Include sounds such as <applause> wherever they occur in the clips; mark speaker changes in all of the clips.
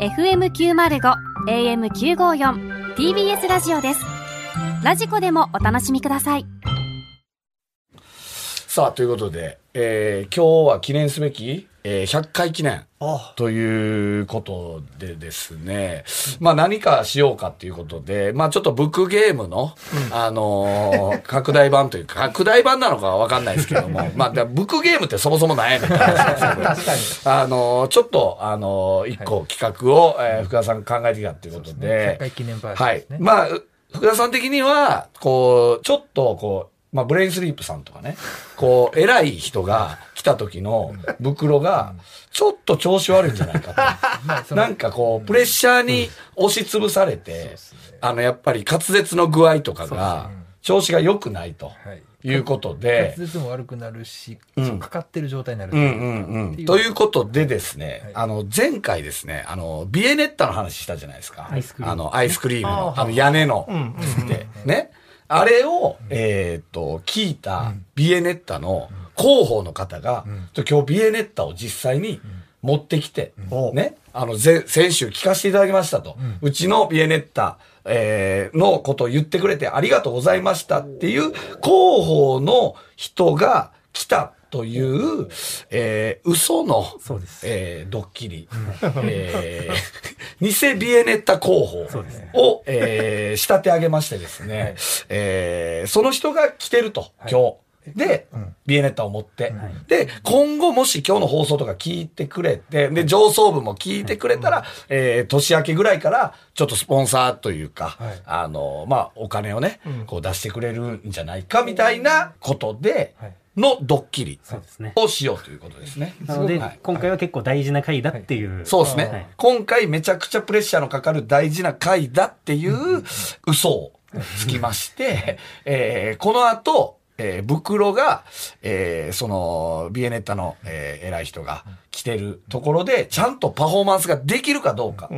Speaker 1: FM905 AM954 TBS ラジオですラジコでもお楽しみください
Speaker 2: さあということで、えー今日は記念すべき、えー100回記念
Speaker 3: あ
Speaker 2: ということでですね、まあ何かしようかっていうことで、まあちょっとブックゲームの、あのー拡大版というか、拡大版なのかはわかんないですけど
Speaker 3: <laughs>
Speaker 2: も、まあだからブックゲームってそもそもないみたいな。
Speaker 3: 確かに。
Speaker 2: あのーちょっと、あのー一個企画を、えー福田さん考えてきたということ
Speaker 3: そうですね
Speaker 2: で
Speaker 3: 100回記念バージョン
Speaker 2: は
Speaker 3: で
Speaker 2: い
Speaker 3: すね。
Speaker 2: まあ、福田さん的には、こう、ちょっとこう、まあ、ブレインスリープさんとかね、こう、偉い人が来た時の袋が、ちょっと調子悪いんじゃないかと。なんかこう、プレッシャーに押しつぶされて、あの、やっぱり滑舌の具合とかが、調子が良くないと
Speaker 3: はい
Speaker 2: いうこと
Speaker 3: 滑
Speaker 2: で、
Speaker 3: 舌も悪くなるし、
Speaker 2: ん
Speaker 3: そうかかってる状態になる。
Speaker 2: うんうんうん。ということでですね、あの、前回ですね、あの、ビエネッタの話したじゃないですか。
Speaker 4: アイスクリーム
Speaker 2: あの、アイスクリームの、あの、屋根の、って、ね。あれを、えーっと、聞いたビエネッタの広報の方が、ちょ今日ビエネッタを実際に持ってきて、ね。あの、ぜ先週聞かせていただきましたと。うちのビエネッタ、えーのことを言ってくれてありがとうございましたっていう広報の人が来たという、えー、嘘の、
Speaker 4: そうです
Speaker 2: えー、ドッキリ、えー、偽ビエネッタ候補
Speaker 4: そうですね
Speaker 2: を、えー、仕立て上げましてですね、えー、その人が来てると、今日。で、ビエネッタを持って、で、今後もし今日の放送とか聞いてくれて、で、上層部も聞いてくれたら、えー年明けぐらいから、ちょっとスポンサーというか、
Speaker 3: はい
Speaker 2: あの、まあ、お金をね、こう出してくれるんじゃないかみたいなことで
Speaker 3: はい、
Speaker 2: のドッキリ
Speaker 4: そうですね
Speaker 2: をしようということですね。
Speaker 4: なので、
Speaker 2: はい
Speaker 4: 今回は結構大事な回だっていう、
Speaker 2: そうですね、
Speaker 4: はい
Speaker 2: 今回めちゃくちゃプレッシャーのかかる大事な回だっていう嘘をつきまして、えーこの後、えー、袋が、えーその、ビエネッタの、えー偉い人が来てるところで、ちゃんとパフォーマンスができるかどうか、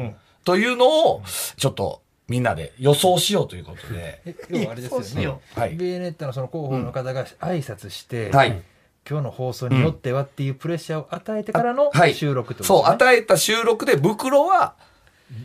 Speaker 2: というのを、ちょっとみんなで予想しようということで、
Speaker 3: え要はあれですよ
Speaker 2: うはい
Speaker 3: ね。ベーネッタのその広報の方が挨拶して、
Speaker 2: はい。
Speaker 3: 今日の放送によってはっていうプレッシャーを与えてからの
Speaker 2: はい、
Speaker 3: 収録ってこと
Speaker 2: そう、
Speaker 3: ですね
Speaker 2: 与えた収録で袋は、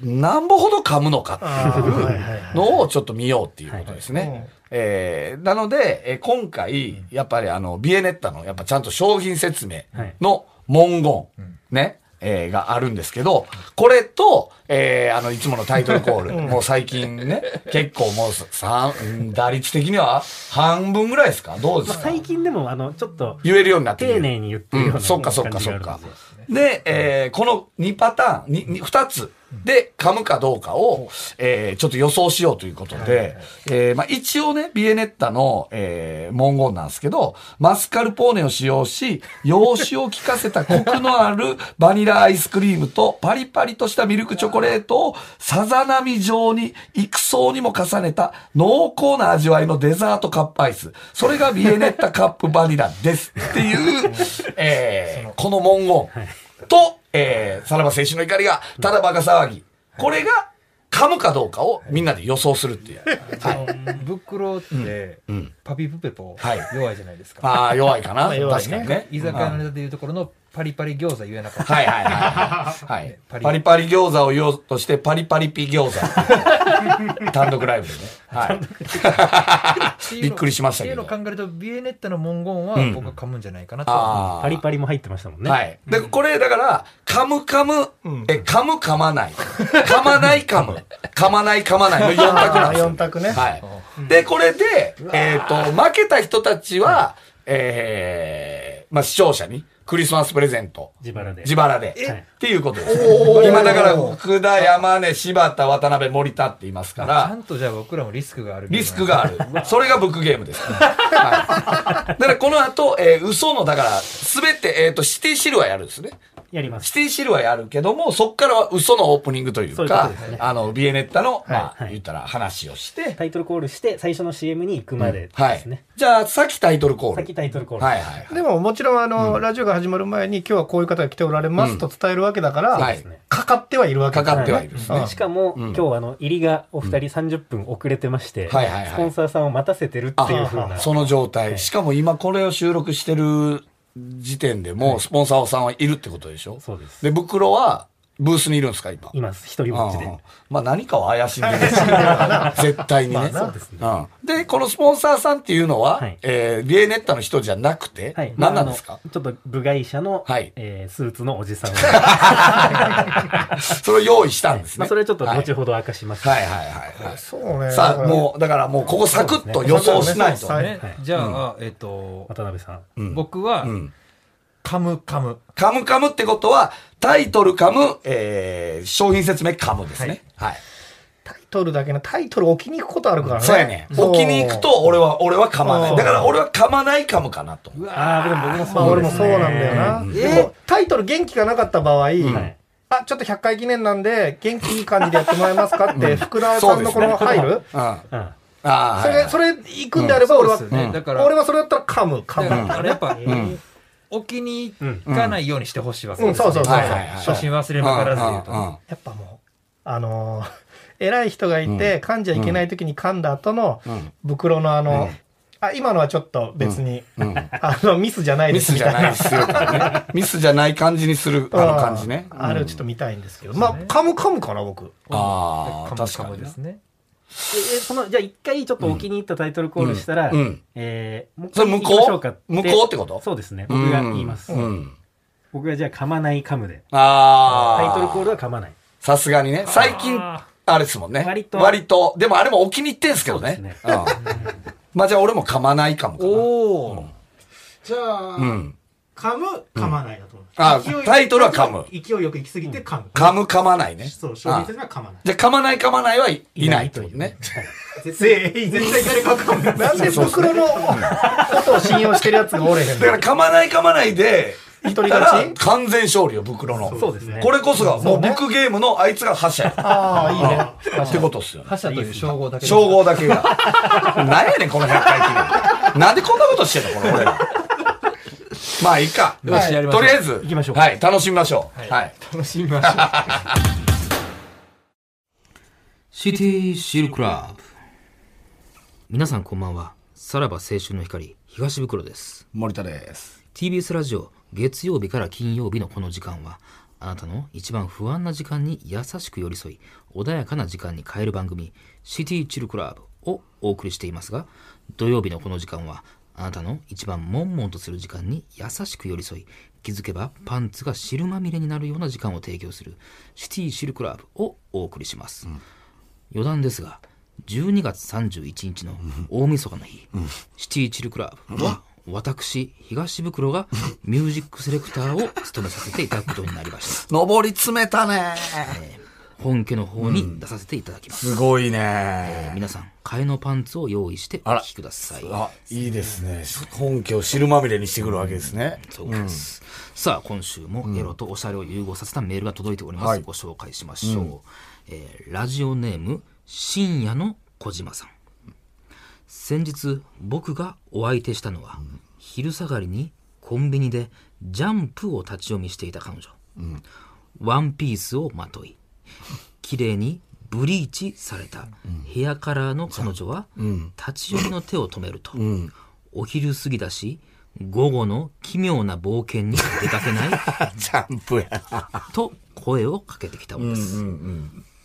Speaker 2: なんぼほど噛むのかっていうのをちょっと見ようっていうことですね。えーなので、えー今回、やっぱりあの、ビエネッタの、やっぱちゃんと商品説明の文言、ね、えーがあるんですけど、これと、えーあの、いつものタイトルコール、もう最近ね、結構もうさ、うん打率的には半分ぐらいですかどうで
Speaker 4: まあ、
Speaker 2: すか
Speaker 4: 最近でもあのちょっと
Speaker 2: 言えるようになってきて
Speaker 4: 丁寧に言ってるような
Speaker 2: うんそっかそっかそっか
Speaker 4: 感じがあるんで。
Speaker 2: で、えーこの2パターン、にに2つで噛むかどうかを、えーちょっと予想しようということで、えーまあ一応ね、ビエネッタの、えー文言なんですけど、マスカルポーネを使用し、洋酒を効かせたコクのあるバニラアイスクリームとパリパリとしたミルクチョコレートをさざ波状に幾層にも重ねた濃厚な味わいのデザートカップアイス。それがビエネッタカップバニラです。っていう、えーこの文言。と、えー、さらば青春の怒りが、ただバカ騒ぎ。これが、噛むかどうかをみんなで予想するっていう。
Speaker 3: あのブクロって、パピプペポ
Speaker 2: はい
Speaker 3: 弱いじゃないですか。
Speaker 2: ああ、弱いかな。
Speaker 4: 弱い
Speaker 2: 確
Speaker 4: ね
Speaker 2: かにね。
Speaker 3: 居酒屋のネタでいうところのパリパリ餃子言えなかった。
Speaker 2: はいはいはいはい。はい
Speaker 3: ね、
Speaker 2: パ
Speaker 3: パ
Speaker 2: リ
Speaker 3: リ
Speaker 2: パリ餃子を言おうとして、パリパリピ餃子。単独ライブでね。はい。びっくりしましたけ
Speaker 3: っていう
Speaker 2: ど。
Speaker 3: のを考えると、ビエネッタの文言は僕は噛むんじゃないかなと。
Speaker 2: あ
Speaker 4: パ
Speaker 2: あ
Speaker 4: リ。パリも入ってましたもんね、
Speaker 2: はい。で、これ、だから、噛む噛む、え、噛む噛まない。噛まない噛む。噛まない噛まないの4択なんですよ。
Speaker 5: 4択ね
Speaker 2: はい。で、これで、えっと、負けた人たちは、えー、まあ、視聴者に、クリスマスプレゼント。
Speaker 4: 自腹で
Speaker 2: 自腹で。
Speaker 4: はい
Speaker 2: っていうことですね。今だから、福田、山根、柴田、渡辺、森田って言いますか
Speaker 3: ちゃ
Speaker 2: ら、
Speaker 3: んとじゃあ僕らもリスクがある。
Speaker 2: リスク。がある。それがブックゲームです。はい。だからこの後、えー嘘の、だから、すべて、えっ、と、シティシルはやるんですね。
Speaker 4: やります
Speaker 2: シティシルはやるけども、そっからは嘘のオープニングという
Speaker 4: そういうこ
Speaker 2: か
Speaker 4: とですね、
Speaker 2: あの、ビエネッタの、まあ、
Speaker 4: はい
Speaker 2: 言ったら話をして、
Speaker 4: タイトルコールして最初の CM に行くまで
Speaker 2: は
Speaker 4: です
Speaker 2: い
Speaker 4: ね、。
Speaker 2: じゃあ、さっきタイトルコール。
Speaker 4: 先タイトルコール、
Speaker 2: はいはいはい。
Speaker 5: でももちろんあの、ラジオが始まる前に今日はこういう方が来ておられますと伝えるわけだから、
Speaker 2: うんはい
Speaker 5: かかってはいるわけ
Speaker 2: か
Speaker 5: だ
Speaker 2: かってはいるんですね。
Speaker 5: うん
Speaker 4: しかも、今日あの入りがお二人30分遅れてまして、
Speaker 2: はいはいはい
Speaker 4: スポンサーさんを待たせてるっていうふうな
Speaker 2: その状態。しかも今これを収録してる時点でもう、スポンサーさんはいるってことでしょ
Speaker 4: そうです
Speaker 2: で、袋は、ブースにいるんですか、今。
Speaker 4: います。一人ぼっちで
Speaker 2: うん。まあ何かを怪
Speaker 4: <laughs>
Speaker 2: しんでるから絶対にね。
Speaker 4: そうですね
Speaker 2: うんで、このスポンサーさんっていうのは、
Speaker 4: はい
Speaker 2: えーリエネッタの人じゃなくて、
Speaker 4: はい。
Speaker 2: 何なんですか
Speaker 4: あのちょっと部外者の、
Speaker 2: はい
Speaker 4: えースーツのおじさんを。
Speaker 2: それを用意したんですね。
Speaker 4: まあ、それはちょっと
Speaker 2: はい
Speaker 4: 後ほど明かします。
Speaker 2: はいはいはいはい。
Speaker 5: そうね。
Speaker 2: さあ、
Speaker 5: う。
Speaker 2: もう、だからもうここサクッと予想しないと。
Speaker 5: そうですね
Speaker 6: えじゃあ、えっと、
Speaker 4: 渡辺さん。
Speaker 2: うん
Speaker 6: 僕は
Speaker 2: う、ん
Speaker 6: カムカム。
Speaker 2: カムカムってことは、タイトルカム、えー商品説明カムですね。はい。
Speaker 5: タイトルだけのタイトル置きに行くことあるからね。
Speaker 2: そうやね。
Speaker 5: そう
Speaker 2: 置きに行く。と、俺は、俺は噛まな
Speaker 5: う
Speaker 2: い。
Speaker 5: ん
Speaker 2: だから俺は噛まないカムかなと。
Speaker 4: ああ、でも僕も
Speaker 5: まあ
Speaker 4: そう
Speaker 5: 俺
Speaker 4: で
Speaker 5: も
Speaker 4: す
Speaker 5: そう
Speaker 4: ね。
Speaker 5: なんだよな。
Speaker 2: うん
Speaker 5: でもタイトル元気がなかった場合、
Speaker 4: はい
Speaker 5: あ、ちょっと100回記念なんで、元気いい感じでやってもらえますかって、福田さんのこの入る
Speaker 2: うん。あ
Speaker 4: うん。あ
Speaker 2: あー、
Speaker 5: そ
Speaker 2: はいは
Speaker 5: れ、
Speaker 2: い
Speaker 5: それ行くんであれば俺は、
Speaker 6: そうですよ
Speaker 2: うん
Speaker 6: ね。だから、
Speaker 5: 俺はそれだったら噛む、噛
Speaker 6: だから
Speaker 5: む。
Speaker 6: あれやっぱ
Speaker 2: ん、
Speaker 6: 置きに行かないようにしてほしいわけ
Speaker 5: うん、そうそうそうそう。
Speaker 2: はいはいはい
Speaker 6: 初心忘れもからずで言う
Speaker 2: うんうんうん
Speaker 6: と。
Speaker 5: やっぱもう、あのー <laughs> 偉い人がいて、噛んじゃいけない時に噛んだ後の、
Speaker 2: ん
Speaker 5: 袋のあの、あ、今のはちょっと別に、 <laughs> あの、ミスじゃない
Speaker 2: ミ
Speaker 5: です
Speaker 2: ス
Speaker 5: み
Speaker 2: じゃ
Speaker 5: たい
Speaker 2: ない
Speaker 5: な
Speaker 2: で。すよ、ね。ミスじゃない感じにする、あの感じね。
Speaker 5: うんあれをちょっと見たいんですけど。まあ、噛む噛むかな、僕。
Speaker 2: ああ、
Speaker 6: カム
Speaker 2: 確
Speaker 6: カ
Speaker 2: か
Speaker 6: ム
Speaker 2: に
Speaker 6: で。すね。
Speaker 4: ええその、じゃあ一回ちょっとお気に入ったタイトルコールしたら、
Speaker 2: うんうん
Speaker 4: えーもう一
Speaker 2: それ
Speaker 4: 回
Speaker 2: 向
Speaker 4: 行きましょ
Speaker 2: こ
Speaker 4: うか
Speaker 2: う向こうってこと
Speaker 4: そうですね。僕が言います。
Speaker 2: うん。
Speaker 4: 僕がじゃあ噛まない噛むで。
Speaker 2: ああ。
Speaker 4: タイトルコールは噛まない。
Speaker 2: さすがにね。最近、
Speaker 6: あ
Speaker 2: あれですもんね。
Speaker 4: 割と
Speaker 2: でもあれもお気に入ってんすけどね。
Speaker 4: そうです
Speaker 2: うんまあじゃあ俺も噛まないかもかな。
Speaker 6: おー。
Speaker 7: じゃあ、
Speaker 2: うん。
Speaker 7: 噛む、噛まないだと思う。
Speaker 2: あ
Speaker 7: 勢いよく
Speaker 2: タイトルは噛む
Speaker 7: 勢いよく行き過ぎて噛む。
Speaker 2: 噛む噛まないね。
Speaker 7: そう、
Speaker 2: あ
Speaker 7: 商品説明は噛まない。
Speaker 2: じゃあ噛まない噛まないはいいないってことね。
Speaker 5: <laughs>
Speaker 7: 絶対、絶対誰かは噛 <laughs> む。
Speaker 5: なんで袋のことを信用してるやつがおれへん
Speaker 2: だか
Speaker 5: の
Speaker 2: ら噛まない噛まないで、
Speaker 5: 一
Speaker 2: だ
Speaker 5: 人
Speaker 2: から
Speaker 5: 勝ち
Speaker 2: 完全勝利よ、袋の。
Speaker 4: そうですね。
Speaker 2: これこそが、もう僕ゲームのあいつが覇者や。
Speaker 5: ああ、いいね。
Speaker 2: ってことっすよね。
Speaker 6: 覇者という称号だけで
Speaker 2: 称号だけが。なんやねん、この100回記念。なんでこんなことしてんの、この俺ら。まあいいか。
Speaker 6: よしやりまし
Speaker 2: と
Speaker 6: ょう
Speaker 2: りあえず、行
Speaker 4: きましょう
Speaker 2: はい、楽しみましょう。はい。
Speaker 6: 楽しみましょう。
Speaker 8: シティシルクラブ皆さんこんばんはさらば青春の光東袋です
Speaker 2: 森田です。
Speaker 8: TBS ラジオ月曜日から金曜日のこの時間はあなたの一番不安な時間に優しく寄り添い穏やかな時間に変える番組「シティチルクラブ」をお送りしていますが土曜日のこの時間はあなたの一番悶々とする時間に優しく寄り添い気づけばパンツが汁まみれになるような時間を提供する「シティシルクラブ」をお送りします、余談ですが12月31日の大晦日の日、シティチルクラブは私東袋がミュージックセレクターを <laughs> 務めさせていただくことになりまし
Speaker 2: 上り詰めたね。
Speaker 8: た本家の方に出させていただきます、
Speaker 2: すごいね。
Speaker 8: 皆さん替えのパンツを用意してお
Speaker 2: あら
Speaker 8: 聴きください
Speaker 2: あ、いいですね。本家を汁まみれにしてくるわけですね。
Speaker 8: そうです、さあ今週もエロとおしゃれを融合させたメールが届いております、
Speaker 2: はい
Speaker 8: ご紹介しましょう、えーラジオネーム深夜の小島さん先日僕がお相手したのは、昼下がりにコンビニでジャンプを立ち読みしていた彼女、ワンピースをまとい綺麗にブリーチされたヘアカラーの彼女は立ち読みの手を止めると、お昼過ぎだし午後の奇妙な冒険に出かけない
Speaker 2: ジャンプや。
Speaker 8: と声をかけてきたのです、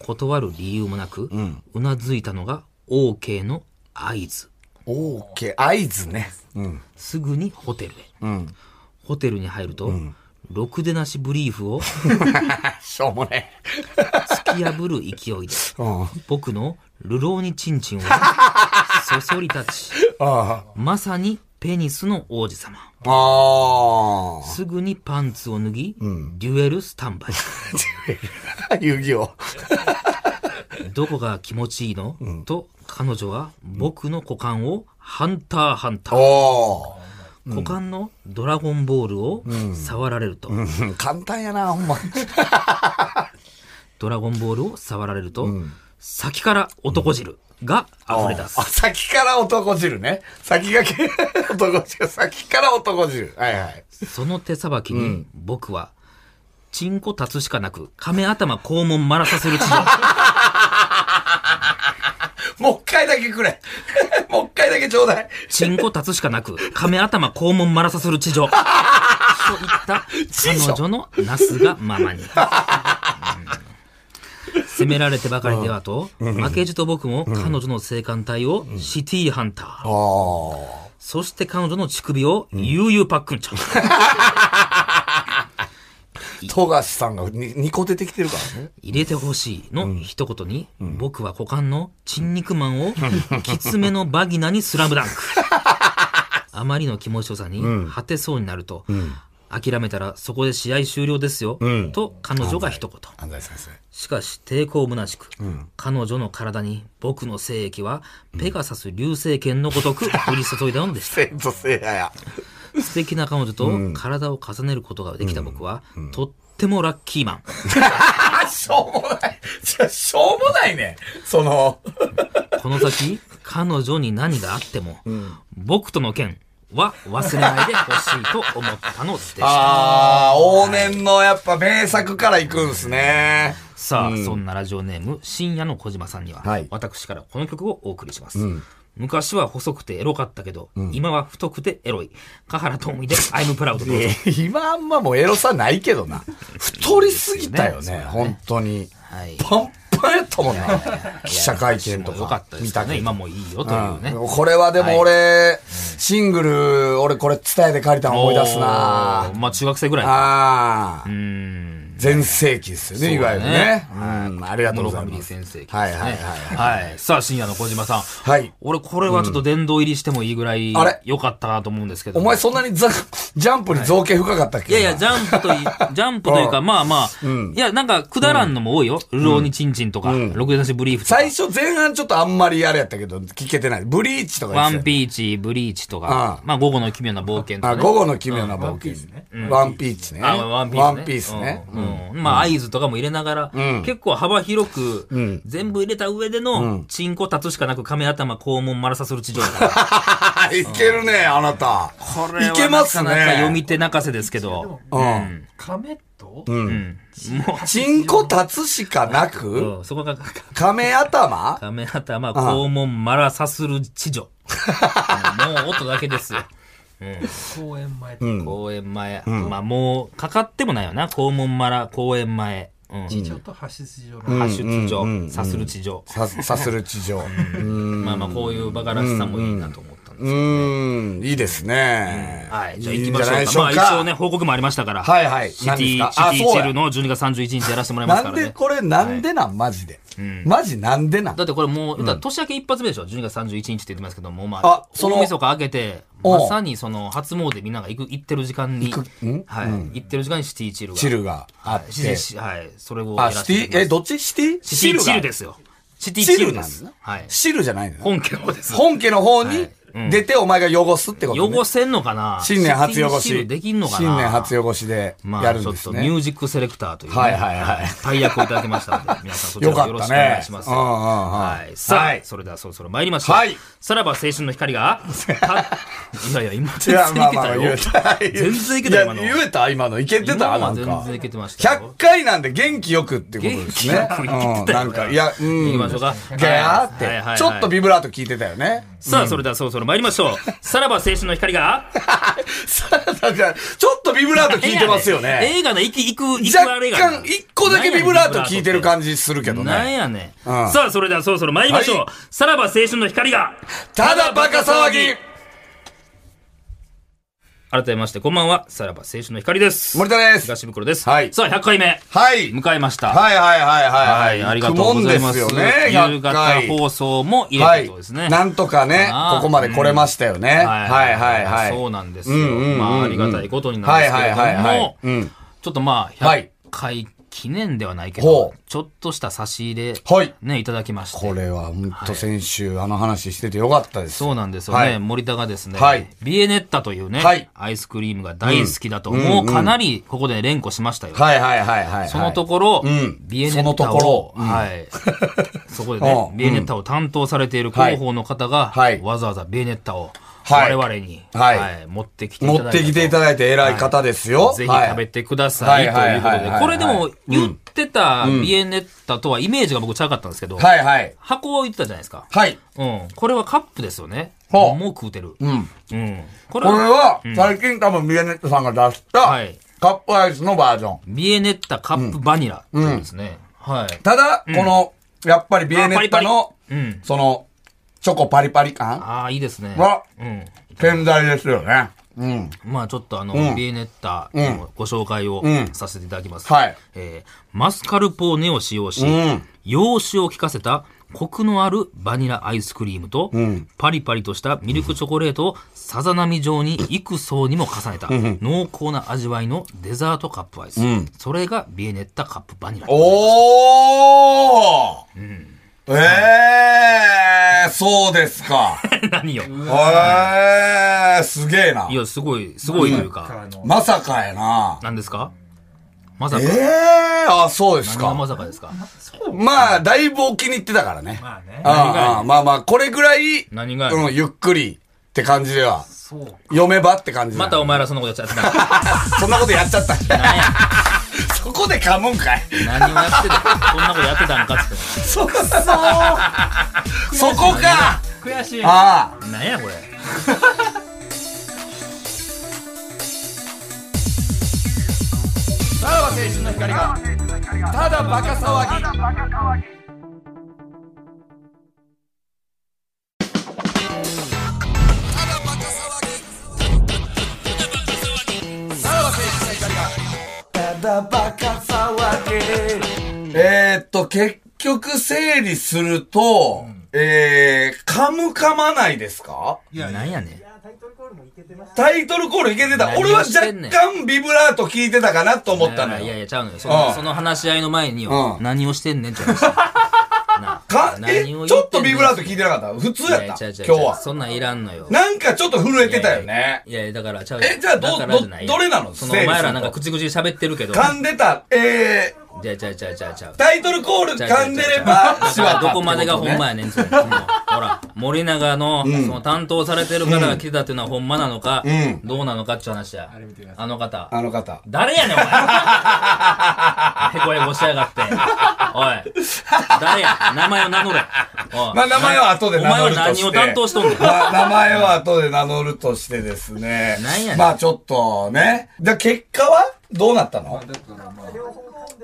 Speaker 8: 断る理由もなく、うなずいたのが OK の合図
Speaker 2: オーケー、合図ね。うん。
Speaker 8: すぐにホテルへ、ホテルに入ると、ろくでなしブリーフを
Speaker 2: しょうもね
Speaker 8: 突き破る勢いで
Speaker 2: え。うん。あ
Speaker 8: 僕の流浪にチンチンをそそり立ち
Speaker 2: あ。
Speaker 8: まさにペニスの王子様
Speaker 2: ああ。
Speaker 8: すぐにパンツを脱ぎ、デュエルスタンバイ
Speaker 2: 遊戯王。
Speaker 8: どこが気持ちいいの、と彼女は僕の股間をハンターハンター、
Speaker 2: おー
Speaker 8: 股間のドラゴンボールを触られると、
Speaker 2: うん簡単やな、ほんま。
Speaker 8: ドラゴンボールを触られると、先から男汁が溢れ出す、
Speaker 2: あ先から男汁ね。先がけ、 <laughs> 男汁。先から男汁。はいはい。
Speaker 8: その手さばきに僕は、チンコ立つしかなく、亀頭肛門まらさせる地上。
Speaker 2: もう一回だけくれ。 <laughs> もう一回だけちょうだい。
Speaker 8: チンコ立つしかなく、亀頭肛門まらさせる地上。といった彼女のなすがままに。責められてばかりではと、負けじと僕も彼女の性感帯をシティハンター。
Speaker 2: あ
Speaker 8: そして彼女の乳首を悠々パックンちゃん。
Speaker 2: あ。富樫さんが2個出てきてるからね。
Speaker 8: 入れてほしいの一言に、僕は股間のチン肉マンを、きつめのバギナにスラムダ
Speaker 2: <laughs>
Speaker 8: ンク。あまりの気持ちよさに、果てそうになると、諦めたらそこで試合終了ですよ、と彼女が一言。
Speaker 2: 安西先生。
Speaker 8: しかし抵抗むなしく、彼女の体に僕の精液は、ペガサス流星剣のごとく降り注いだのでした。
Speaker 2: <laughs> 先祖聖夜や。
Speaker 8: 素敵な彼女と体を重ねることができた僕は、とってもラッキーマン。
Speaker 2: あ、しょうもない。じゃしょうもないね。その、
Speaker 8: この先、彼女に何があっても、僕との件は忘れないでほしいと思ったのでした。
Speaker 2: ああ、往年のやっぱ名作から行くんすね。
Speaker 8: さあ、そんなラジオネーム、深夜の小島さんには、
Speaker 2: はい
Speaker 8: 私からこの曲をお送りします。昔は細くてエロかったけど、今は太くてエロい。香原智美で、アイムプラウドどうぞ。
Speaker 2: <laughs> 今あんまもうエロさないけどな。太りすぎたよね、本当に。
Speaker 8: はい。
Speaker 2: パンパンやったもんな。記者会見と
Speaker 8: も良か
Speaker 2: か
Speaker 8: ったで
Speaker 2: 見
Speaker 8: す
Speaker 2: た
Speaker 8: よ
Speaker 2: けど
Speaker 8: ね。今もういいよというね。
Speaker 2: うんこれはでも俺、シングル、俺これ伝えて借りたの思い出すな
Speaker 8: おーまあ中学生ぐらいか。
Speaker 2: ああ
Speaker 8: う。ーん。
Speaker 2: 全盛期ですよね、いわゆるね。うん、ありがとうご
Speaker 8: 室
Speaker 2: ざい
Speaker 8: ファミリ
Speaker 2: ま
Speaker 8: ー
Speaker 2: す。
Speaker 8: 先生、ね。
Speaker 2: はいはいはい
Speaker 8: はい。さあ、深夜の小島さん。
Speaker 2: はい。
Speaker 8: 俺、これはちょっと殿堂入りしてもいいぐらい
Speaker 2: んあれ、
Speaker 8: 良かったなと思うんですけど。
Speaker 2: お前そんなにザジャンプに造形深かったっ
Speaker 8: い
Speaker 2: け
Speaker 8: やいや、ジャンプと
Speaker 2: <laughs>
Speaker 8: い、ジャンプという
Speaker 2: う
Speaker 8: か、まあまあ、いや、なんか、くだらんのも多いよ。ルオーニチンチンとか、ろくでなしブリーフとか
Speaker 2: 最、初前半ちょっとあんまりあれやったけど、聞けてない。ブリーチとか言っ
Speaker 8: ワ
Speaker 2: てたよ
Speaker 8: ンピーチ、ブリーチとか
Speaker 2: あ、あ
Speaker 8: まあ、午後の奇妙な冒険とか
Speaker 2: あ、
Speaker 8: ね。
Speaker 2: 午後の奇妙な冒険。ワンピーチね。
Speaker 8: あワンピースね。
Speaker 2: ワンピースね。
Speaker 8: うん。うんまあ、合図とかも入れながら、結構幅広く、全部入れた上での、チンコ立つしかなく、亀頭、肛門、マラサする地上絵。
Speaker 2: あ、いけるね、あなた。
Speaker 8: こ
Speaker 2: <laughs>
Speaker 8: れ
Speaker 2: い
Speaker 8: は
Speaker 2: け
Speaker 8: な
Speaker 2: ます
Speaker 8: か
Speaker 2: ね。
Speaker 8: なか読み手泣かせですけど。
Speaker 2: うん。
Speaker 6: 亀と
Speaker 8: うん。も
Speaker 2: チンコ立つしかな
Speaker 8: う
Speaker 2: く、
Speaker 8: うん、そこが、か
Speaker 2: 亀頭
Speaker 8: カメ頭、肛門、マラサスル、
Speaker 2: <laughs>
Speaker 8: 地女。うんもう音だけですよ。
Speaker 6: 公演前
Speaker 2: うん。
Speaker 8: 公園前。まあもう、かかってもないよな。肛門マラ、公園前。うん。
Speaker 6: 地上と発出上の
Speaker 8: 発出
Speaker 2: うんうんう
Speaker 8: 女、
Speaker 2: ん
Speaker 8: さする地上。
Speaker 2: さ、さする地上。
Speaker 8: まあまあ、こういうバカらしさもいいなと思ったんです
Speaker 2: う
Speaker 8: よ。
Speaker 2: ーん、いいですね。
Speaker 8: はい。じゃあ
Speaker 2: い
Speaker 8: 行
Speaker 2: い
Speaker 8: き
Speaker 2: ん
Speaker 8: ま
Speaker 2: じゃ
Speaker 8: しょ
Speaker 2: ないうで
Speaker 8: か。
Speaker 2: しょうか。
Speaker 8: まあ一応ね、報告もありましたから。
Speaker 2: はいはい
Speaker 8: シティ、
Speaker 2: 何です
Speaker 8: シテ
Speaker 2: かあ
Speaker 8: ィ
Speaker 2: そう
Speaker 8: チ
Speaker 2: や
Speaker 8: ルの12月31日やらせてもらいます
Speaker 2: な
Speaker 8: か
Speaker 2: ん
Speaker 8: ら
Speaker 2: で、
Speaker 8: ね。
Speaker 2: これなんでなん、マジで。マジなんでなん
Speaker 8: だってこれもう、言ったら年明け一発目でしょ ?12 月31日って言ってますけども、ま
Speaker 2: あ
Speaker 8: あ、
Speaker 2: その
Speaker 8: 大晦日明けて、
Speaker 2: おう
Speaker 8: まさにその初詣みんなが行く、行ってる時間に、はい、行ってる時間にシティチルが。
Speaker 2: チルがあっ
Speaker 8: シテ
Speaker 2: て
Speaker 8: ィ。チルはい、それをや
Speaker 2: あ、
Speaker 8: らせ
Speaker 2: シ
Speaker 8: て
Speaker 2: テ
Speaker 8: いた
Speaker 2: ィ、
Speaker 8: だ
Speaker 2: え、
Speaker 8: きます。
Speaker 2: どっちシティ
Speaker 8: シティチル
Speaker 2: が
Speaker 8: ですよ。シティチルで
Speaker 2: チ
Speaker 8: す
Speaker 2: ルなん。だ
Speaker 8: はい。
Speaker 2: 汁じゃないのよ
Speaker 8: 本家の方です。
Speaker 2: 本家の方に出てお前が汚すってことね。
Speaker 8: 汚せんのかな
Speaker 2: 新年初汚
Speaker 8: シティチ
Speaker 2: し。
Speaker 8: ルできんのかな
Speaker 2: 新年初汚しで
Speaker 8: ま
Speaker 2: や
Speaker 8: あ、
Speaker 2: るん
Speaker 8: ちょ
Speaker 2: で
Speaker 8: っ
Speaker 2: す
Speaker 8: とミュ
Speaker 2: ね。
Speaker 8: ージックセレクターというね、
Speaker 2: はいはいはい
Speaker 8: 大役をいただきました
Speaker 2: <laughs>
Speaker 8: ので、皆さんそちら
Speaker 2: よか
Speaker 8: も
Speaker 2: っ
Speaker 8: よろ
Speaker 2: た
Speaker 8: しくお願い
Speaker 2: ね
Speaker 8: し。ます。
Speaker 2: うんうんうん
Speaker 8: はい。さあ、
Speaker 2: はい
Speaker 8: それではそろそろ参りましょう。
Speaker 2: はい
Speaker 8: さらば青春の光
Speaker 2: <laughs>
Speaker 8: が、たいやいや、今
Speaker 2: い
Speaker 8: 全
Speaker 2: や、
Speaker 8: 然
Speaker 2: ま
Speaker 8: い
Speaker 2: あ
Speaker 8: け
Speaker 2: ま
Speaker 8: た
Speaker 2: あ、
Speaker 8: よ。
Speaker 2: 言えた。
Speaker 8: 全然いけた
Speaker 2: いや
Speaker 8: 今の
Speaker 2: 言えた今の。いけてた
Speaker 8: 今の
Speaker 2: な
Speaker 8: は
Speaker 2: ん
Speaker 8: 全
Speaker 2: か。
Speaker 8: 然いけてましたよ
Speaker 2: 100回なんで元気よくっていうことですね。
Speaker 8: 元気よく言って
Speaker 2: うん
Speaker 8: たよ
Speaker 2: なんか、いや、うん。
Speaker 8: 行きましょうか
Speaker 2: ギャーって、
Speaker 8: はいはいはい
Speaker 2: ちょっとビブラート聞いてたよね。
Speaker 8: さあ、それではそろそろ参りましょう。さらば青春の光が、
Speaker 2: さあ、だからちょっとビブラート聞いてますよね。
Speaker 8: 映画の行き、行く、行くあ
Speaker 2: 若
Speaker 8: れが。
Speaker 2: 干、一個だけビブラート聞いてる感じするけど
Speaker 8: なん
Speaker 2: ね。
Speaker 8: やね
Speaker 2: うん
Speaker 8: ん。さあ、それではそろそろ参りましょう。
Speaker 2: はい
Speaker 8: さらば青春の光が、
Speaker 2: ただバカ騒ぎ
Speaker 8: 改めまして、こんばんは。さらば青春の光です。
Speaker 2: 森田です。
Speaker 8: 東袋です。
Speaker 2: はい
Speaker 8: さあ、100回目。
Speaker 2: はい。
Speaker 8: 迎えました。
Speaker 2: はいはいはい
Speaker 8: は、
Speaker 2: はいい。
Speaker 8: ありがとうございます。
Speaker 2: 行くもんですよね。
Speaker 8: 夕
Speaker 2: 100
Speaker 8: 方
Speaker 2: 回
Speaker 8: 放送も入
Speaker 2: は
Speaker 8: れて
Speaker 2: い
Speaker 8: そうですね。。
Speaker 2: なんとかね
Speaker 8: あ、ー
Speaker 2: ここまで来れましたよね。はいはいはい。
Speaker 8: そうなんですよ。
Speaker 2: うんうんうんうん
Speaker 8: まあ、ありがたいことになんですけれども、
Speaker 2: はいはいはいはいうん
Speaker 8: ちょっとまあ、
Speaker 2: はい
Speaker 8: 100回記念ではないけ
Speaker 2: ほ
Speaker 8: ど
Speaker 2: う、
Speaker 8: ちょっとした差し入れ、
Speaker 2: はい
Speaker 8: ね、いただきまして。
Speaker 2: これは本当先週あの話しててよかったです。
Speaker 8: そうなんですよね。
Speaker 2: はい
Speaker 8: 森田がですね、
Speaker 2: はい
Speaker 8: ビエネッタというね、
Speaker 2: はい
Speaker 8: アイスクリームが大好きだと、もうかなりここで連呼しましたよ。
Speaker 2: はいはいはいはいはい。
Speaker 8: そのところ、
Speaker 2: うん
Speaker 8: ビエネッ
Speaker 2: その
Speaker 8: タ
Speaker 2: ところ
Speaker 8: を、
Speaker 2: うん <laughs>
Speaker 8: はい。そこでね
Speaker 2: う、ん
Speaker 8: ビエネッタを担当されている広報の方が、
Speaker 2: はいはい
Speaker 8: わざわざビエネッタを、
Speaker 2: はい
Speaker 8: 我々に、
Speaker 2: はい
Speaker 8: 持ってきてい
Speaker 2: 持
Speaker 8: ただいた
Speaker 2: っ
Speaker 8: と。
Speaker 2: てきていただいて偉い方ですよ。
Speaker 8: ぜひ食べてください、
Speaker 2: はい
Speaker 8: というこ
Speaker 2: は
Speaker 8: と
Speaker 2: いはいはい
Speaker 8: で
Speaker 2: は。い
Speaker 8: これでも、言ってた
Speaker 2: ん
Speaker 8: ビエネッタとはイメージが僕ちゃうかったんですけど、
Speaker 2: はいはいはい。
Speaker 8: 箱を言ってたじゃないですか。
Speaker 2: はい。
Speaker 8: うん。これはカップですよね。
Speaker 2: ほう
Speaker 8: もう食うてる。
Speaker 2: うん。
Speaker 8: うん。
Speaker 2: こ
Speaker 8: これ
Speaker 2: れは、
Speaker 8: は、
Speaker 2: 最近多分ミヤネットさんが出した
Speaker 8: はい、
Speaker 2: カップアイスのバージョン。
Speaker 8: ビエネッタカップバニラっていうんですね。はい。
Speaker 2: ただ、この、やっぱりビエネッタの、
Speaker 8: うん。
Speaker 2: その、チョコパリパリ感
Speaker 8: ああ、いいですね。
Speaker 2: は、
Speaker 8: うん。
Speaker 2: 健在ですよね。うん。
Speaker 8: まあちょっとあの、
Speaker 2: うん
Speaker 8: ビエネッタのご紹介を
Speaker 2: うん
Speaker 8: させていただきます。
Speaker 2: はい
Speaker 8: えーマスカルポーネを使用し、
Speaker 2: うん
Speaker 8: 洋酒を効かせたコクのあるバニラアイスクリームと、
Speaker 2: ん
Speaker 8: パリパリとしたミルクチョコレートをさざ波状に幾層にも重ねた濃厚な味わいのデザートカップアイス。
Speaker 2: ん
Speaker 8: それがビエネッタカップバニラ。
Speaker 2: おーええー、そうです
Speaker 8: <laughs>
Speaker 2: か。
Speaker 8: <laughs> 何よ。。
Speaker 2: ええー、すげえない
Speaker 8: や、すごい、すごいというか、
Speaker 2: まさかやな。
Speaker 8: 何ですかまさ
Speaker 2: え
Speaker 8: か。
Speaker 2: えー、あ、そうです
Speaker 8: 何がま
Speaker 2: か。
Speaker 8: さかですか
Speaker 2: まあ、だいぶお気に入ってたからね。
Speaker 6: まあね
Speaker 2: ああまあまあ、これぐらい、
Speaker 8: 何が
Speaker 2: うん、ゆっくりって感じでは、
Speaker 6: そう
Speaker 2: 読めばって感じだ
Speaker 8: またお前らそんなことやっちゃってない。
Speaker 2: そんなことやっちゃった。 <laughs> そこで噛むんかい。
Speaker 8: 何をやってたこんなことやってたんかっつっ
Speaker 2: そ <laughs> こか
Speaker 6: 悔しい
Speaker 2: あ
Speaker 8: て何やこれ
Speaker 2: あ。さらば青春の光が、ただバカ騒ぎ。えー、っと、結局整理すると、えー、噛む噛まないですか
Speaker 8: 何やねん
Speaker 2: タイトルコールいけてた。
Speaker 8: 何を
Speaker 2: 俺は
Speaker 8: し
Speaker 2: 若
Speaker 8: てんねん
Speaker 2: 干ビブラート聞いてたかなと思ったの
Speaker 8: いやい
Speaker 2: よ。
Speaker 8: やちゃうのよそ
Speaker 2: うん
Speaker 8: のその話し合いの前によ
Speaker 2: うん
Speaker 8: 何をしてんねんっ
Speaker 2: <laughs>
Speaker 8: て話な
Speaker 2: か、え、ち
Speaker 8: 何
Speaker 2: ょ
Speaker 8: を言
Speaker 2: って
Speaker 8: んね
Speaker 2: と
Speaker 8: ん
Speaker 2: ビブラート聞いてなかった普通やった
Speaker 8: い
Speaker 2: 今
Speaker 8: や違う違う
Speaker 2: 日
Speaker 8: 違う
Speaker 2: は。
Speaker 8: そんなんいらんのよ
Speaker 2: なんかちょっと震えてたよね。
Speaker 8: いやいやだからちゃう
Speaker 2: えじゃあど
Speaker 8: だからじゃいよ
Speaker 2: どどれなの
Speaker 8: その
Speaker 2: 整理する
Speaker 8: お
Speaker 2: と
Speaker 8: 前らなんか口々に喋ってるけどじ
Speaker 2: 噛んでた。えー、
Speaker 8: ゃあちゃうちゃうちゃうちゃう
Speaker 2: タイトルコール
Speaker 8: ちゃうちゃうちゃう
Speaker 2: 噛んでれば、
Speaker 8: だ
Speaker 2: し
Speaker 8: から
Speaker 2: ば
Speaker 8: どこまでがほんまやねんそれそのほら森永のその担当されてる方が来てたっていうのはほんまなのか
Speaker 2: ん
Speaker 8: どうなのかっていう話やあの方
Speaker 2: あの方。
Speaker 8: 誰やねん、お前。へこへこしやがって。おい。誰や名前を名乗れ。おい
Speaker 2: まあ名前は後で名乗る
Speaker 8: お前は
Speaker 2: として
Speaker 8: 何を担当しとんねん。
Speaker 2: まあ、名前は後で名乗るとしてですね。
Speaker 8: なんやねん
Speaker 2: まあちょっとね。じゃあ結果はどうなったの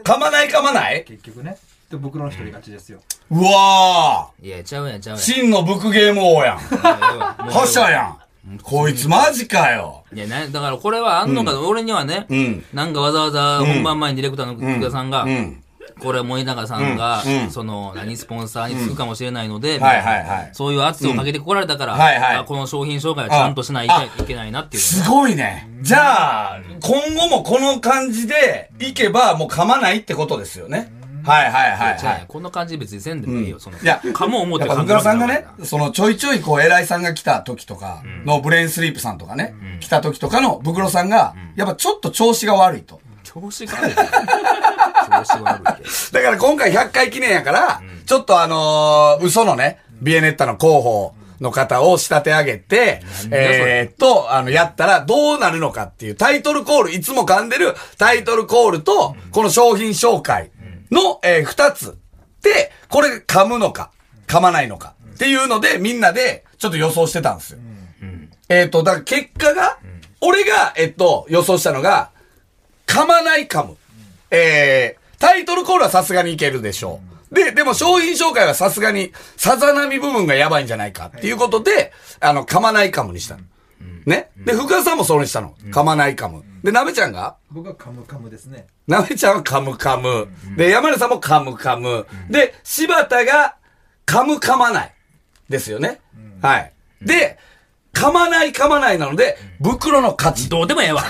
Speaker 2: 噛まない噛まない
Speaker 6: 結局ねで僕らの一人勝ちですよ
Speaker 2: うわ
Speaker 8: いや、ちゃうやん、ちゃう
Speaker 2: ー
Speaker 8: やん。
Speaker 2: 真のブクゲーム王やん。覇者やん。こいつマジかよ。
Speaker 8: いや、な、だからこれはあんのか、俺にはね、
Speaker 2: ん
Speaker 8: なんかわざわざ本番前にディレクターの福田さんが、
Speaker 2: うん。
Speaker 8: これ森永さんが、
Speaker 2: うんうん
Speaker 8: その、何、スポンサーにつくかもしれないので、
Speaker 2: はいはいはい。
Speaker 8: そういう圧をかけてこられたから、
Speaker 2: うんはいはい
Speaker 8: あこの商品紹介はちゃんとしないといけいけないなっていう。
Speaker 2: すごいね。じゃあ、今後もこの感じでいけばもう噛まないってことですよね。はいはいはい
Speaker 8: じゃ
Speaker 2: は
Speaker 8: あ
Speaker 2: い。
Speaker 8: こんな感じ別にせんでもいいよ、その。
Speaker 2: いや
Speaker 8: かも思って
Speaker 2: やっぱ、
Speaker 8: 考
Speaker 2: 福
Speaker 8: え
Speaker 2: 田
Speaker 8: る
Speaker 2: さんがね、その、ちょいちょい、こう、偉いさんが来た時とか、の、ブレインスリープさんとかね、来た時とかの、ブクロさんが、やっぱちょっと調子が悪いと。
Speaker 8: 調子が悪いね。調子が悪いけど。
Speaker 2: だから今回100回記念やから、ちょっとあのー嘘のね、ビエネッタの広報の方を仕立て上げて、えーっと、あの、やったらどうなるのかっていうタイトルコール、いつも噛んでるタイトルコールと、この商品紹介の、えー二つで、これ噛むのか、噛まないのかっていうので、みんなでちょっと予想してたんですよ。えーっと、だから結果が、俺が、えっと、予想したのが、噛まない噛む。えー、タイトルコールはさすがにいけるでしょう。で、でも商品紹介はさすがに、さざ波部分がやばいんじゃないかっていうことで、あの、噛まない噛むにしたの。ね。で、福田さんもそれにしたの。噛まない噛む。で、なべちゃんが
Speaker 6: 僕はカムカムですね
Speaker 2: なべちゃんは噛む噛む。で、山根さんも噛む噛む。で、柴田が噛む噛まない。ですよね。はい。で、噛まない噛まないなので、袋の勝ち。
Speaker 8: どうでもええわ。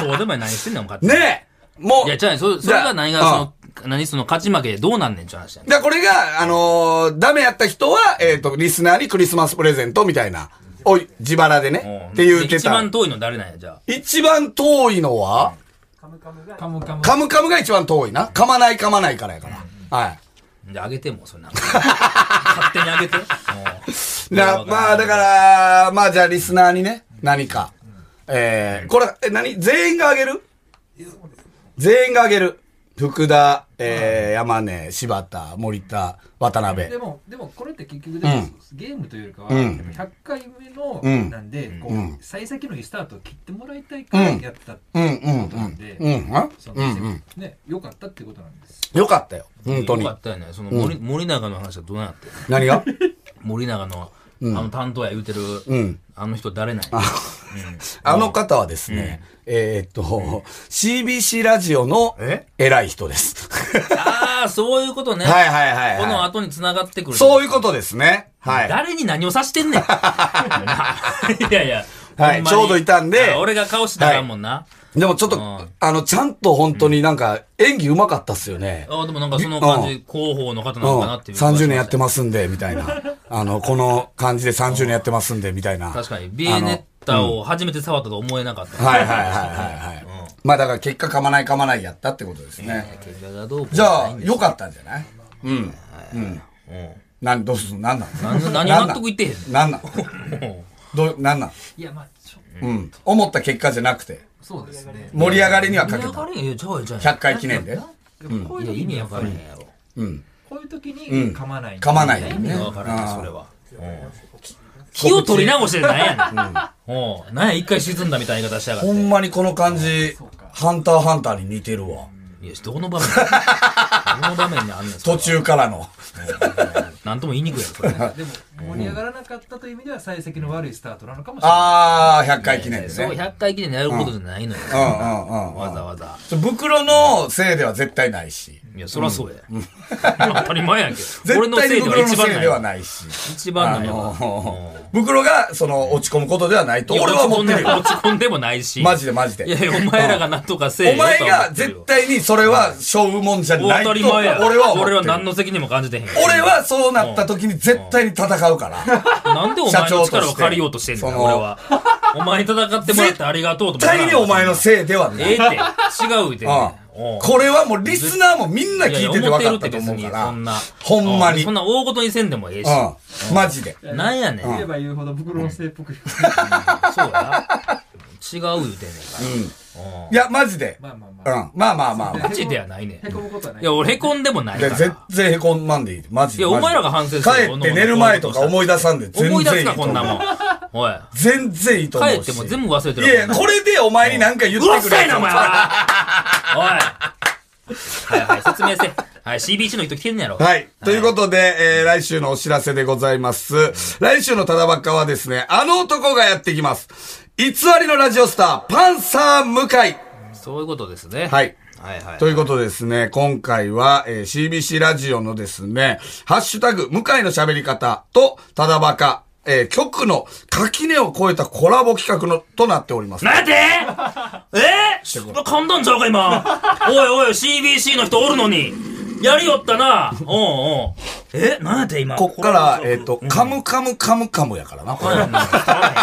Speaker 8: どうでもええ何してんねん、お前。
Speaker 2: ねえもう。
Speaker 8: いや、じゃあ、そそれが何が、
Speaker 2: じゃあ
Speaker 8: その、何その勝ち負けでどうなんねんって話やねん。
Speaker 2: だからこれが、あのーダメやった人は、えっ、と、リスナーにクリスマスプレゼントみたいな、おい、自腹でね
Speaker 8: う、ん
Speaker 2: って言うて
Speaker 8: 一
Speaker 2: た
Speaker 8: 番。遠いの誰なんや、じゃあ。
Speaker 2: 一番遠いのは、
Speaker 6: カムカム
Speaker 2: カムカムが一番遠いな。噛まない噛まないからやから。はい。
Speaker 8: じゃあ、あげてもう、そんなの。勝手にあげて。うん
Speaker 2: な、まあ、だか、ら、まあ、じゃあリスナーにね、何か。えー、これ、え、何全員があげる全員があげる。福田、えー山根、柴田、森田、渡辺。
Speaker 6: でも、でもこれって結局でも、ゲームというよりかは、
Speaker 2: うん
Speaker 6: やっぱ100回目の
Speaker 2: うん
Speaker 6: なんで、こ
Speaker 2: うん
Speaker 6: う、幸先のいいスタートを切ってもらいたいからやったって
Speaker 2: うんう
Speaker 6: い
Speaker 2: ん
Speaker 6: うことなんで、
Speaker 2: うん。うんあ
Speaker 6: その
Speaker 2: うんうん。
Speaker 6: ね、良かったってことなんです。
Speaker 2: よかったよ。 <laughs> 本当に
Speaker 8: よか。ったよね。その森,、森永の話はどうなって
Speaker 2: 何が
Speaker 8: 森永の、あの担当や言うてる、
Speaker 2: うん。
Speaker 8: あの人誰ない、
Speaker 2: あの方はですね、えーっと、CBC ラジオの
Speaker 3: え
Speaker 2: 偉い人
Speaker 8: <laughs>
Speaker 2: です。
Speaker 8: ああ、そういうことね。
Speaker 2: はいはいはいはい
Speaker 8: この後に繋がってくる。
Speaker 2: そういうことですね。はい。
Speaker 8: 誰に何を指して
Speaker 2: <laughs>
Speaker 8: んねん。いやいや。
Speaker 2: はい
Speaker 8: ほんまに
Speaker 2: ちょうどいたんで
Speaker 8: あ俺が顔したらあかんもんな。
Speaker 2: でもちょっと、
Speaker 8: うん
Speaker 2: あの、ちゃんと本当になんか演技うまかったっすよね。
Speaker 8: あでもなんかその感
Speaker 2: う
Speaker 8: じ、広報の方
Speaker 2: う
Speaker 8: な
Speaker 2: ん
Speaker 8: のかなっていう。
Speaker 2: 30年やって
Speaker 8: ま
Speaker 2: ますんで、みたいな。あの、この感じで30年やってますんで、みたいな。
Speaker 8: 確かに。ビ
Speaker 2: あ
Speaker 8: エ
Speaker 2: の
Speaker 8: ネッタを初めて触ったと思えなかった。
Speaker 2: はいはいはいはいはい。まあだから結果噛まない噛まないやったってことですね。
Speaker 8: 結果がどうこう
Speaker 2: じゃあ、
Speaker 8: ないんです
Speaker 2: 良かったんじゃないうん。うん。何、どうすんの何なの
Speaker 8: 何何が納得いってへんねん
Speaker 2: 何なのどう、何なの
Speaker 6: いや、まあ、ちょ
Speaker 2: うん。思った結果じゃなくて、
Speaker 6: そうですね。
Speaker 2: 盛り上がりにはかけ
Speaker 8: 盛り上が
Speaker 2: た。
Speaker 8: れんよ、ちゃうやちゃうや
Speaker 2: 100回記念で。
Speaker 6: でもこういう
Speaker 8: いや、
Speaker 6: 時
Speaker 8: 意
Speaker 6: に
Speaker 8: 味
Speaker 6: や
Speaker 8: わ
Speaker 6: っ
Speaker 8: か
Speaker 6: ぱ
Speaker 8: らへ
Speaker 6: り
Speaker 8: ん、やろ。
Speaker 2: うん。
Speaker 6: こういう時に
Speaker 2: うん
Speaker 6: 噛まない。
Speaker 2: 噛まないよ
Speaker 8: 意
Speaker 2: ね
Speaker 8: 味わからへん、
Speaker 2: あー
Speaker 8: それは。気を取り直してなんやねん。おうなんや、一回沈んだみたいな言い方しやがっ
Speaker 2: ほん
Speaker 8: て。
Speaker 2: まにこの感じ、ハンターハンターに似てるわ。
Speaker 8: いや、どこの場面どの場面にあんねん、それ
Speaker 2: 途
Speaker 8: は。
Speaker 2: 中からの。
Speaker 8: なんとも言いにくいやろ、
Speaker 2: <laughs>
Speaker 8: それ。
Speaker 6: でも、盛り上がらなかったという意味では、幸先の悪いスタートなのかもしれない。
Speaker 2: あー、100回記念で
Speaker 8: そう、
Speaker 2: ね。
Speaker 8: 100回記念でやることじゃないのよ。
Speaker 2: うんうんうんうん。
Speaker 8: わざわざ。
Speaker 2: ちょ袋のせいでは絶対ないし。
Speaker 8: いや、そらそうや。当たり前やんけど。俺
Speaker 2: 絶
Speaker 8: の
Speaker 2: 対
Speaker 8: せ
Speaker 2: に
Speaker 8: いでは
Speaker 2: 袋の
Speaker 8: 一番
Speaker 2: せい
Speaker 8: な
Speaker 2: で
Speaker 8: い
Speaker 2: は
Speaker 8: わ。
Speaker 2: ないし。
Speaker 8: 一番ない
Speaker 2: あ
Speaker 8: わ。
Speaker 2: の袋が、その、落ち込むことではないと。
Speaker 8: いや
Speaker 2: 俺は思ってる
Speaker 8: 落
Speaker 2: よ。
Speaker 8: ち込んでもないし。
Speaker 2: マジでマジで。
Speaker 8: いやいや、お前らがなんとかせえ
Speaker 2: お
Speaker 8: よとは
Speaker 2: 前
Speaker 8: 思ってるよ。
Speaker 2: が絶対にそれは背負うもんじゃないと。
Speaker 8: 当たり前
Speaker 2: 俺
Speaker 8: や。
Speaker 2: は思って
Speaker 8: 俺
Speaker 2: る。
Speaker 8: は何の責任も感じてへん。
Speaker 2: 俺、はそうなった時に絶対に戦うから。
Speaker 8: なんでお前の力を借りようとしてんの
Speaker 2: 社長と
Speaker 8: 俺は。お前に戦ってもらってありがとうと
Speaker 2: 絶対にお前の
Speaker 8: い。
Speaker 2: せいではない。
Speaker 8: ええって。違うって。
Speaker 2: う
Speaker 8: お
Speaker 2: ん
Speaker 8: う
Speaker 2: これはもうリスナーもみんな聞いてて分かったと思う
Speaker 8: いや
Speaker 2: か
Speaker 8: いや思ってるって別に
Speaker 2: ら。
Speaker 8: そんな。
Speaker 2: ほんまに。
Speaker 8: そ
Speaker 2: うんん。
Speaker 8: な大ごとにせんでもええし。
Speaker 2: マジで。
Speaker 8: なんやねん。
Speaker 6: 言えば言うほど、袋のせいっぽく。
Speaker 8: そうやな。違う言うてんねんから。うん
Speaker 2: いや、マジで。うん。
Speaker 6: まあまあまあ。
Speaker 2: まあまあまあま
Speaker 8: マ
Speaker 2: あ。
Speaker 8: ジではないねん。
Speaker 6: へこむことはない
Speaker 8: い。や、俺へこんでもないか
Speaker 2: で
Speaker 8: ら。
Speaker 2: 全然へこまんでいい。マジ
Speaker 8: い
Speaker 2: で。
Speaker 8: や、
Speaker 2: マ
Speaker 8: お
Speaker 2: ジで
Speaker 8: 前らが反省する
Speaker 2: 帰って寝る前とか思い出さんで全然いい。
Speaker 8: 思い出すな、こんなもん。おい。
Speaker 2: 全然いいと思うし。
Speaker 8: 帰っても全部忘れてる
Speaker 2: いやいや、これでお前に何か言って
Speaker 8: うる
Speaker 2: くれ
Speaker 8: さいな、お前はおいはいはい、説明せ。はい、CBC の人来てんねやろ。
Speaker 2: はい。ということで、えー、来週のお知らせでございます。来週のただばっかはですね、あの男がやってきます。偽りのラジオスター、パンサー向井。
Speaker 8: そういうことですね。
Speaker 2: はい。
Speaker 8: はいはい。
Speaker 2: ということでですね、今回は、えー CBC ラジオのですね、ハッシュタグ、向井の喋り方と、ただばか、えー局の垣根を超えたコラボ企画の、となっております。
Speaker 8: なん <laughs> でえー、噛んだんちゃうか <laughs> 今。おいおい、CBC の人おるのに。やりよった <laughs> な。おうおう。え、なんやて今。
Speaker 2: こっから、えっ、と、
Speaker 8: うん
Speaker 2: カムカムカムカムやからな、こ
Speaker 8: これ
Speaker 2: れ
Speaker 8: 伝わらへん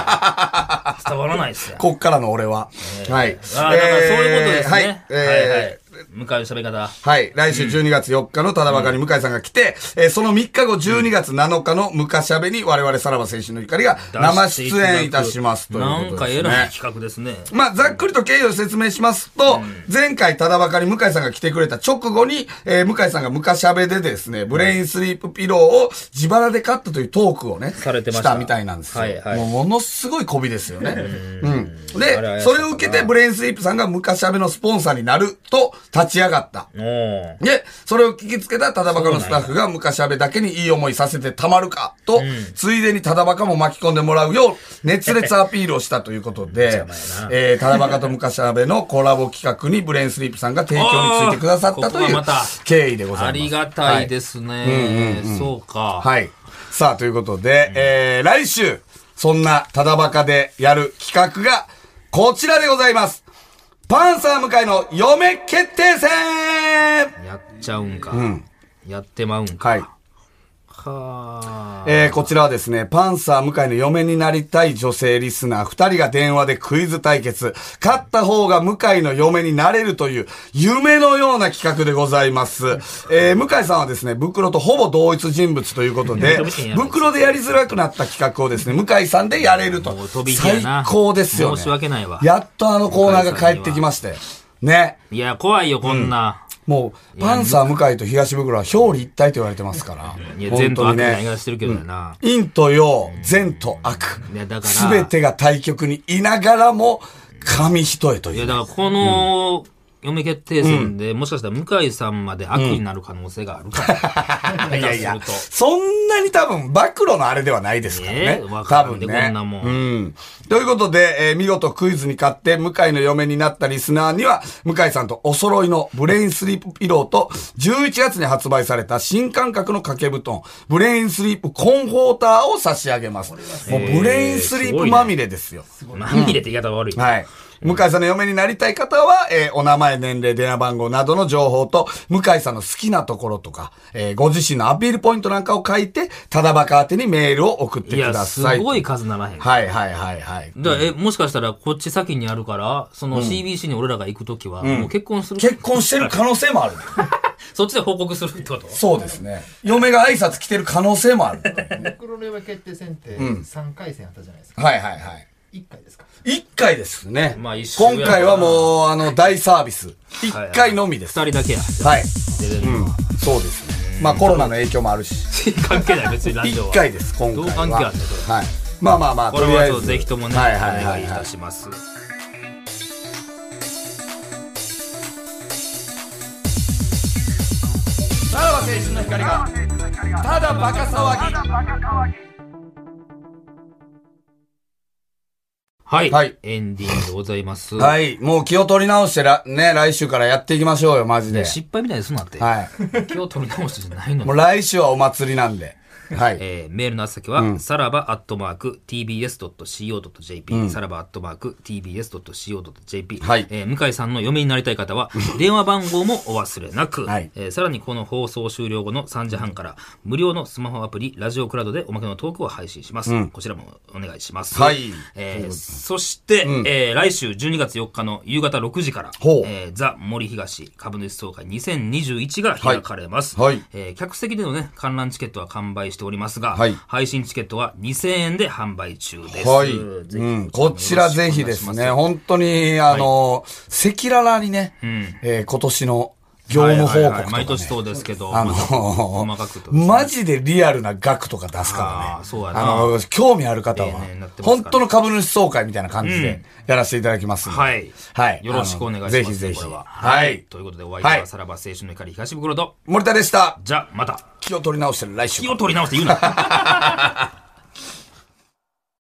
Speaker 8: 伝わらないっすよ。
Speaker 2: <laughs> こっからの俺は。はい。
Speaker 8: あーだからそういうことですね。
Speaker 2: えーはい。えー
Speaker 8: はいはい。向かう喋り方。
Speaker 2: はい。来週12月4日のただばかに向井さんが来て、えーその3日後12月7日の向しゃべに我々さらば青春の光が生出演いたしますという
Speaker 8: なん
Speaker 2: こと
Speaker 8: か
Speaker 2: です、ね。
Speaker 8: えらい企画ですね。
Speaker 2: まあ、ざっくりと経緯を説明しますと、前回ただばかり向井さんが来てくれた直後に、えー向井さんが昔しゃべでですね、ブレインスリープピローを自腹で買ったというトークをね、
Speaker 8: されてました
Speaker 2: みたいなんですよ。
Speaker 8: はいはい
Speaker 2: もうものすごい媚びですよね。うん。
Speaker 8: あれは
Speaker 2: で、
Speaker 8: や
Speaker 2: それを受け
Speaker 8: そうだ
Speaker 2: て
Speaker 8: な
Speaker 2: ブレインスリープさんが昔しゃべのスポンサーになると立ち上がった。
Speaker 8: おー
Speaker 2: で、それを聞きつけたただバカのスタッフが昔阿部だけにいい思いさせてたまるかと、ついでにただバカも巻き込んでもらうよう熱烈アピールをしたということで、えー、ただバカと昔阿部のコラボ企画にブレインスリープさんが提供についてくださったとい
Speaker 8: あーここ
Speaker 2: う
Speaker 8: はまた
Speaker 2: 経緯でございます。。
Speaker 8: ありがたいですすね。そうか。
Speaker 2: はい。さあ、ということで、えー、来週、そんなただバカでやる企画がこちらでございます。パンサー向井の嫁決定戦
Speaker 8: やっちゃうんか。
Speaker 2: ん
Speaker 8: やってまうんか。
Speaker 2: はい。
Speaker 8: はー
Speaker 2: えーこちらはですね、パンサー向井の嫁になりたい女性リスナー2人が電話でクイズ対決。勝った方が向井の嫁になれるという夢のような企画でございます。えー向井さんはですね、袋とほぼ同一人物ということで
Speaker 8: 飛び火や、な
Speaker 2: 袋でやりづらくなった企画をですね、向井さんでやれると
Speaker 8: もう飛。び火や
Speaker 2: 最
Speaker 8: な
Speaker 2: 高ですよね。
Speaker 8: 申し訳ないわ
Speaker 2: やっとあのコーナーが帰ってきましたよ。ね。
Speaker 8: いや、怖いよ、こんな。
Speaker 2: もう、パンサー向井と東ブクロは表裏一体と言われてますから。
Speaker 8: いや、
Speaker 2: 本
Speaker 8: 善と
Speaker 2: 当
Speaker 8: 悪
Speaker 2: に
Speaker 8: みたいな言い
Speaker 2: ね
Speaker 8: 方。してるけどやな。
Speaker 2: 陰と陽、善と悪
Speaker 8: いやだ。か
Speaker 2: す
Speaker 8: ら
Speaker 2: べてが対極にいながらも、紙一重と
Speaker 8: い
Speaker 2: い
Speaker 8: や、
Speaker 2: う。
Speaker 8: だからこの、嫁決定戦で、もしかしたら向井さんまで悪になる可能性があるから。
Speaker 2: <laughs> いやいや
Speaker 8: 下手すると
Speaker 2: そんなに多分、暴露のあれではないですからね
Speaker 8: ええ。わ
Speaker 2: 多
Speaker 8: からん
Speaker 2: 分
Speaker 8: で
Speaker 2: ね。
Speaker 8: こんなもん
Speaker 2: うん。ということで、えー見事クイズに勝って、向井の嫁になったリスナーには、向井さんとお揃いのブレインスリープピローと、11月に発売された新感覚の掛け布団、ブレインスリープコンフォーターを差し上げます。もうブレインスリープまみれですよ。
Speaker 8: まみれって言い方悪い。
Speaker 2: はい。向井さんの嫁になりたい方は、えーお名前、年齢、電話番号などの情報と、向井さんの好きなところとか、えーご自身のアピールポイントなんかを書いて、ただバカ宛てにメールを送って
Speaker 8: い
Speaker 2: くだ
Speaker 8: や、す
Speaker 2: さい。
Speaker 8: ごい。数ならへん。
Speaker 2: はいはいはいはい。
Speaker 8: だからえ、もしかしたらこっち先にあるから、その CBC に俺らが行くときは、もう結婚する。
Speaker 2: 結婚してる可能性もある。
Speaker 8: そっちで報告するって
Speaker 2: <laughs>
Speaker 8: こと
Speaker 2: そうですね。嫁が挨拶来てる可能性もある。
Speaker 9: 黒の山決定戦って3回戦あったじゃないですか、
Speaker 2: はいはいはい。
Speaker 9: 一1回ですか
Speaker 2: 一回ですね。
Speaker 8: まあ一緒や
Speaker 2: 今
Speaker 8: から
Speaker 2: 回はもう、あの、大サービス。一回のみです。
Speaker 8: 二人だけ
Speaker 2: <laughs>
Speaker 8: や。
Speaker 2: はい。
Speaker 8: 出てるのは。
Speaker 2: そうですね。まあコロナの影響もあるし。
Speaker 8: 関係ない、別にラジオは。
Speaker 2: 一回です、今回
Speaker 8: どう
Speaker 2: は。
Speaker 8: 関係あんねんそれ
Speaker 2: はい。まあまあまあ、
Speaker 8: これ
Speaker 2: とりあ
Speaker 8: は
Speaker 2: え
Speaker 8: ちょっ
Speaker 2: ず。
Speaker 8: とぜひともね、
Speaker 2: はいはい
Speaker 8: お
Speaker 2: は
Speaker 8: 願
Speaker 2: い
Speaker 8: いい
Speaker 2: はい
Speaker 8: た。します。
Speaker 2: さらば青春の光が、ただバカ騒
Speaker 8: はい、
Speaker 2: はい
Speaker 8: エンディングでございます。
Speaker 2: ぎ。はい。もう気を取り直してら、ね、来週からやっていきましょうよ、マジで。
Speaker 8: 失敗みたいですんなって。
Speaker 2: は
Speaker 8: 今日取り直してじゃないの
Speaker 2: い。
Speaker 8: に
Speaker 2: もう。来週はお祭りなんで。はい。
Speaker 8: えーメールの宛先は、さらばアットマーク tbs.co.jp、さらばアットマーク tbs.co.jp、
Speaker 2: はい
Speaker 8: えー向井さんの嫁になりたい
Speaker 2: <laughs>
Speaker 8: 方は電話番号もお忘れなく、
Speaker 2: はい
Speaker 8: えーさらにこの放送終了後の3時半から無料のスマホアプリラジオクラウドでおまけのトークを配信します、こちらもお願いします、
Speaker 2: はい
Speaker 8: えーそして、えー来週12月4日の夕方6時から、
Speaker 2: ほう
Speaker 8: えーザ・森東株主総会2021が開かれます、
Speaker 2: はいはい
Speaker 8: えー客席でのね、観覧チケットは完売しておりますが、
Speaker 2: はい
Speaker 8: 配信チケットは2000円で販売中です。
Speaker 2: はい。
Speaker 8: ぜ
Speaker 2: う
Speaker 8: ひ
Speaker 2: ん。こちらぜひですね、本当に、あの、赤裸々にね、えー今年の業務報
Speaker 8: はいはいはい
Speaker 2: 告
Speaker 8: 毎
Speaker 2: とか
Speaker 8: 年
Speaker 2: ね。
Speaker 8: そうですけど、
Speaker 2: あの
Speaker 8: また細かくとですね
Speaker 2: マジでリアルな額とか出すから
Speaker 8: あ
Speaker 2: ね
Speaker 8: ー。そうやな
Speaker 2: あの、興味ある方
Speaker 8: ええ
Speaker 2: は
Speaker 8: ねなって、ますか
Speaker 2: 本
Speaker 8: ら
Speaker 2: 当の株主総会みたいな感じでやらせていただきますんで。
Speaker 8: はい。
Speaker 2: <laughs> はい
Speaker 8: よろしくお願いします。
Speaker 2: ぜひぜひ
Speaker 8: これは。
Speaker 2: はい
Speaker 8: ということで、お相手
Speaker 2: は
Speaker 8: はいさらば青春の怒り東袋と、
Speaker 2: 森田でした。
Speaker 8: じゃあ、また、
Speaker 2: 気を取り直して来週
Speaker 8: 気。を取り直して言うな。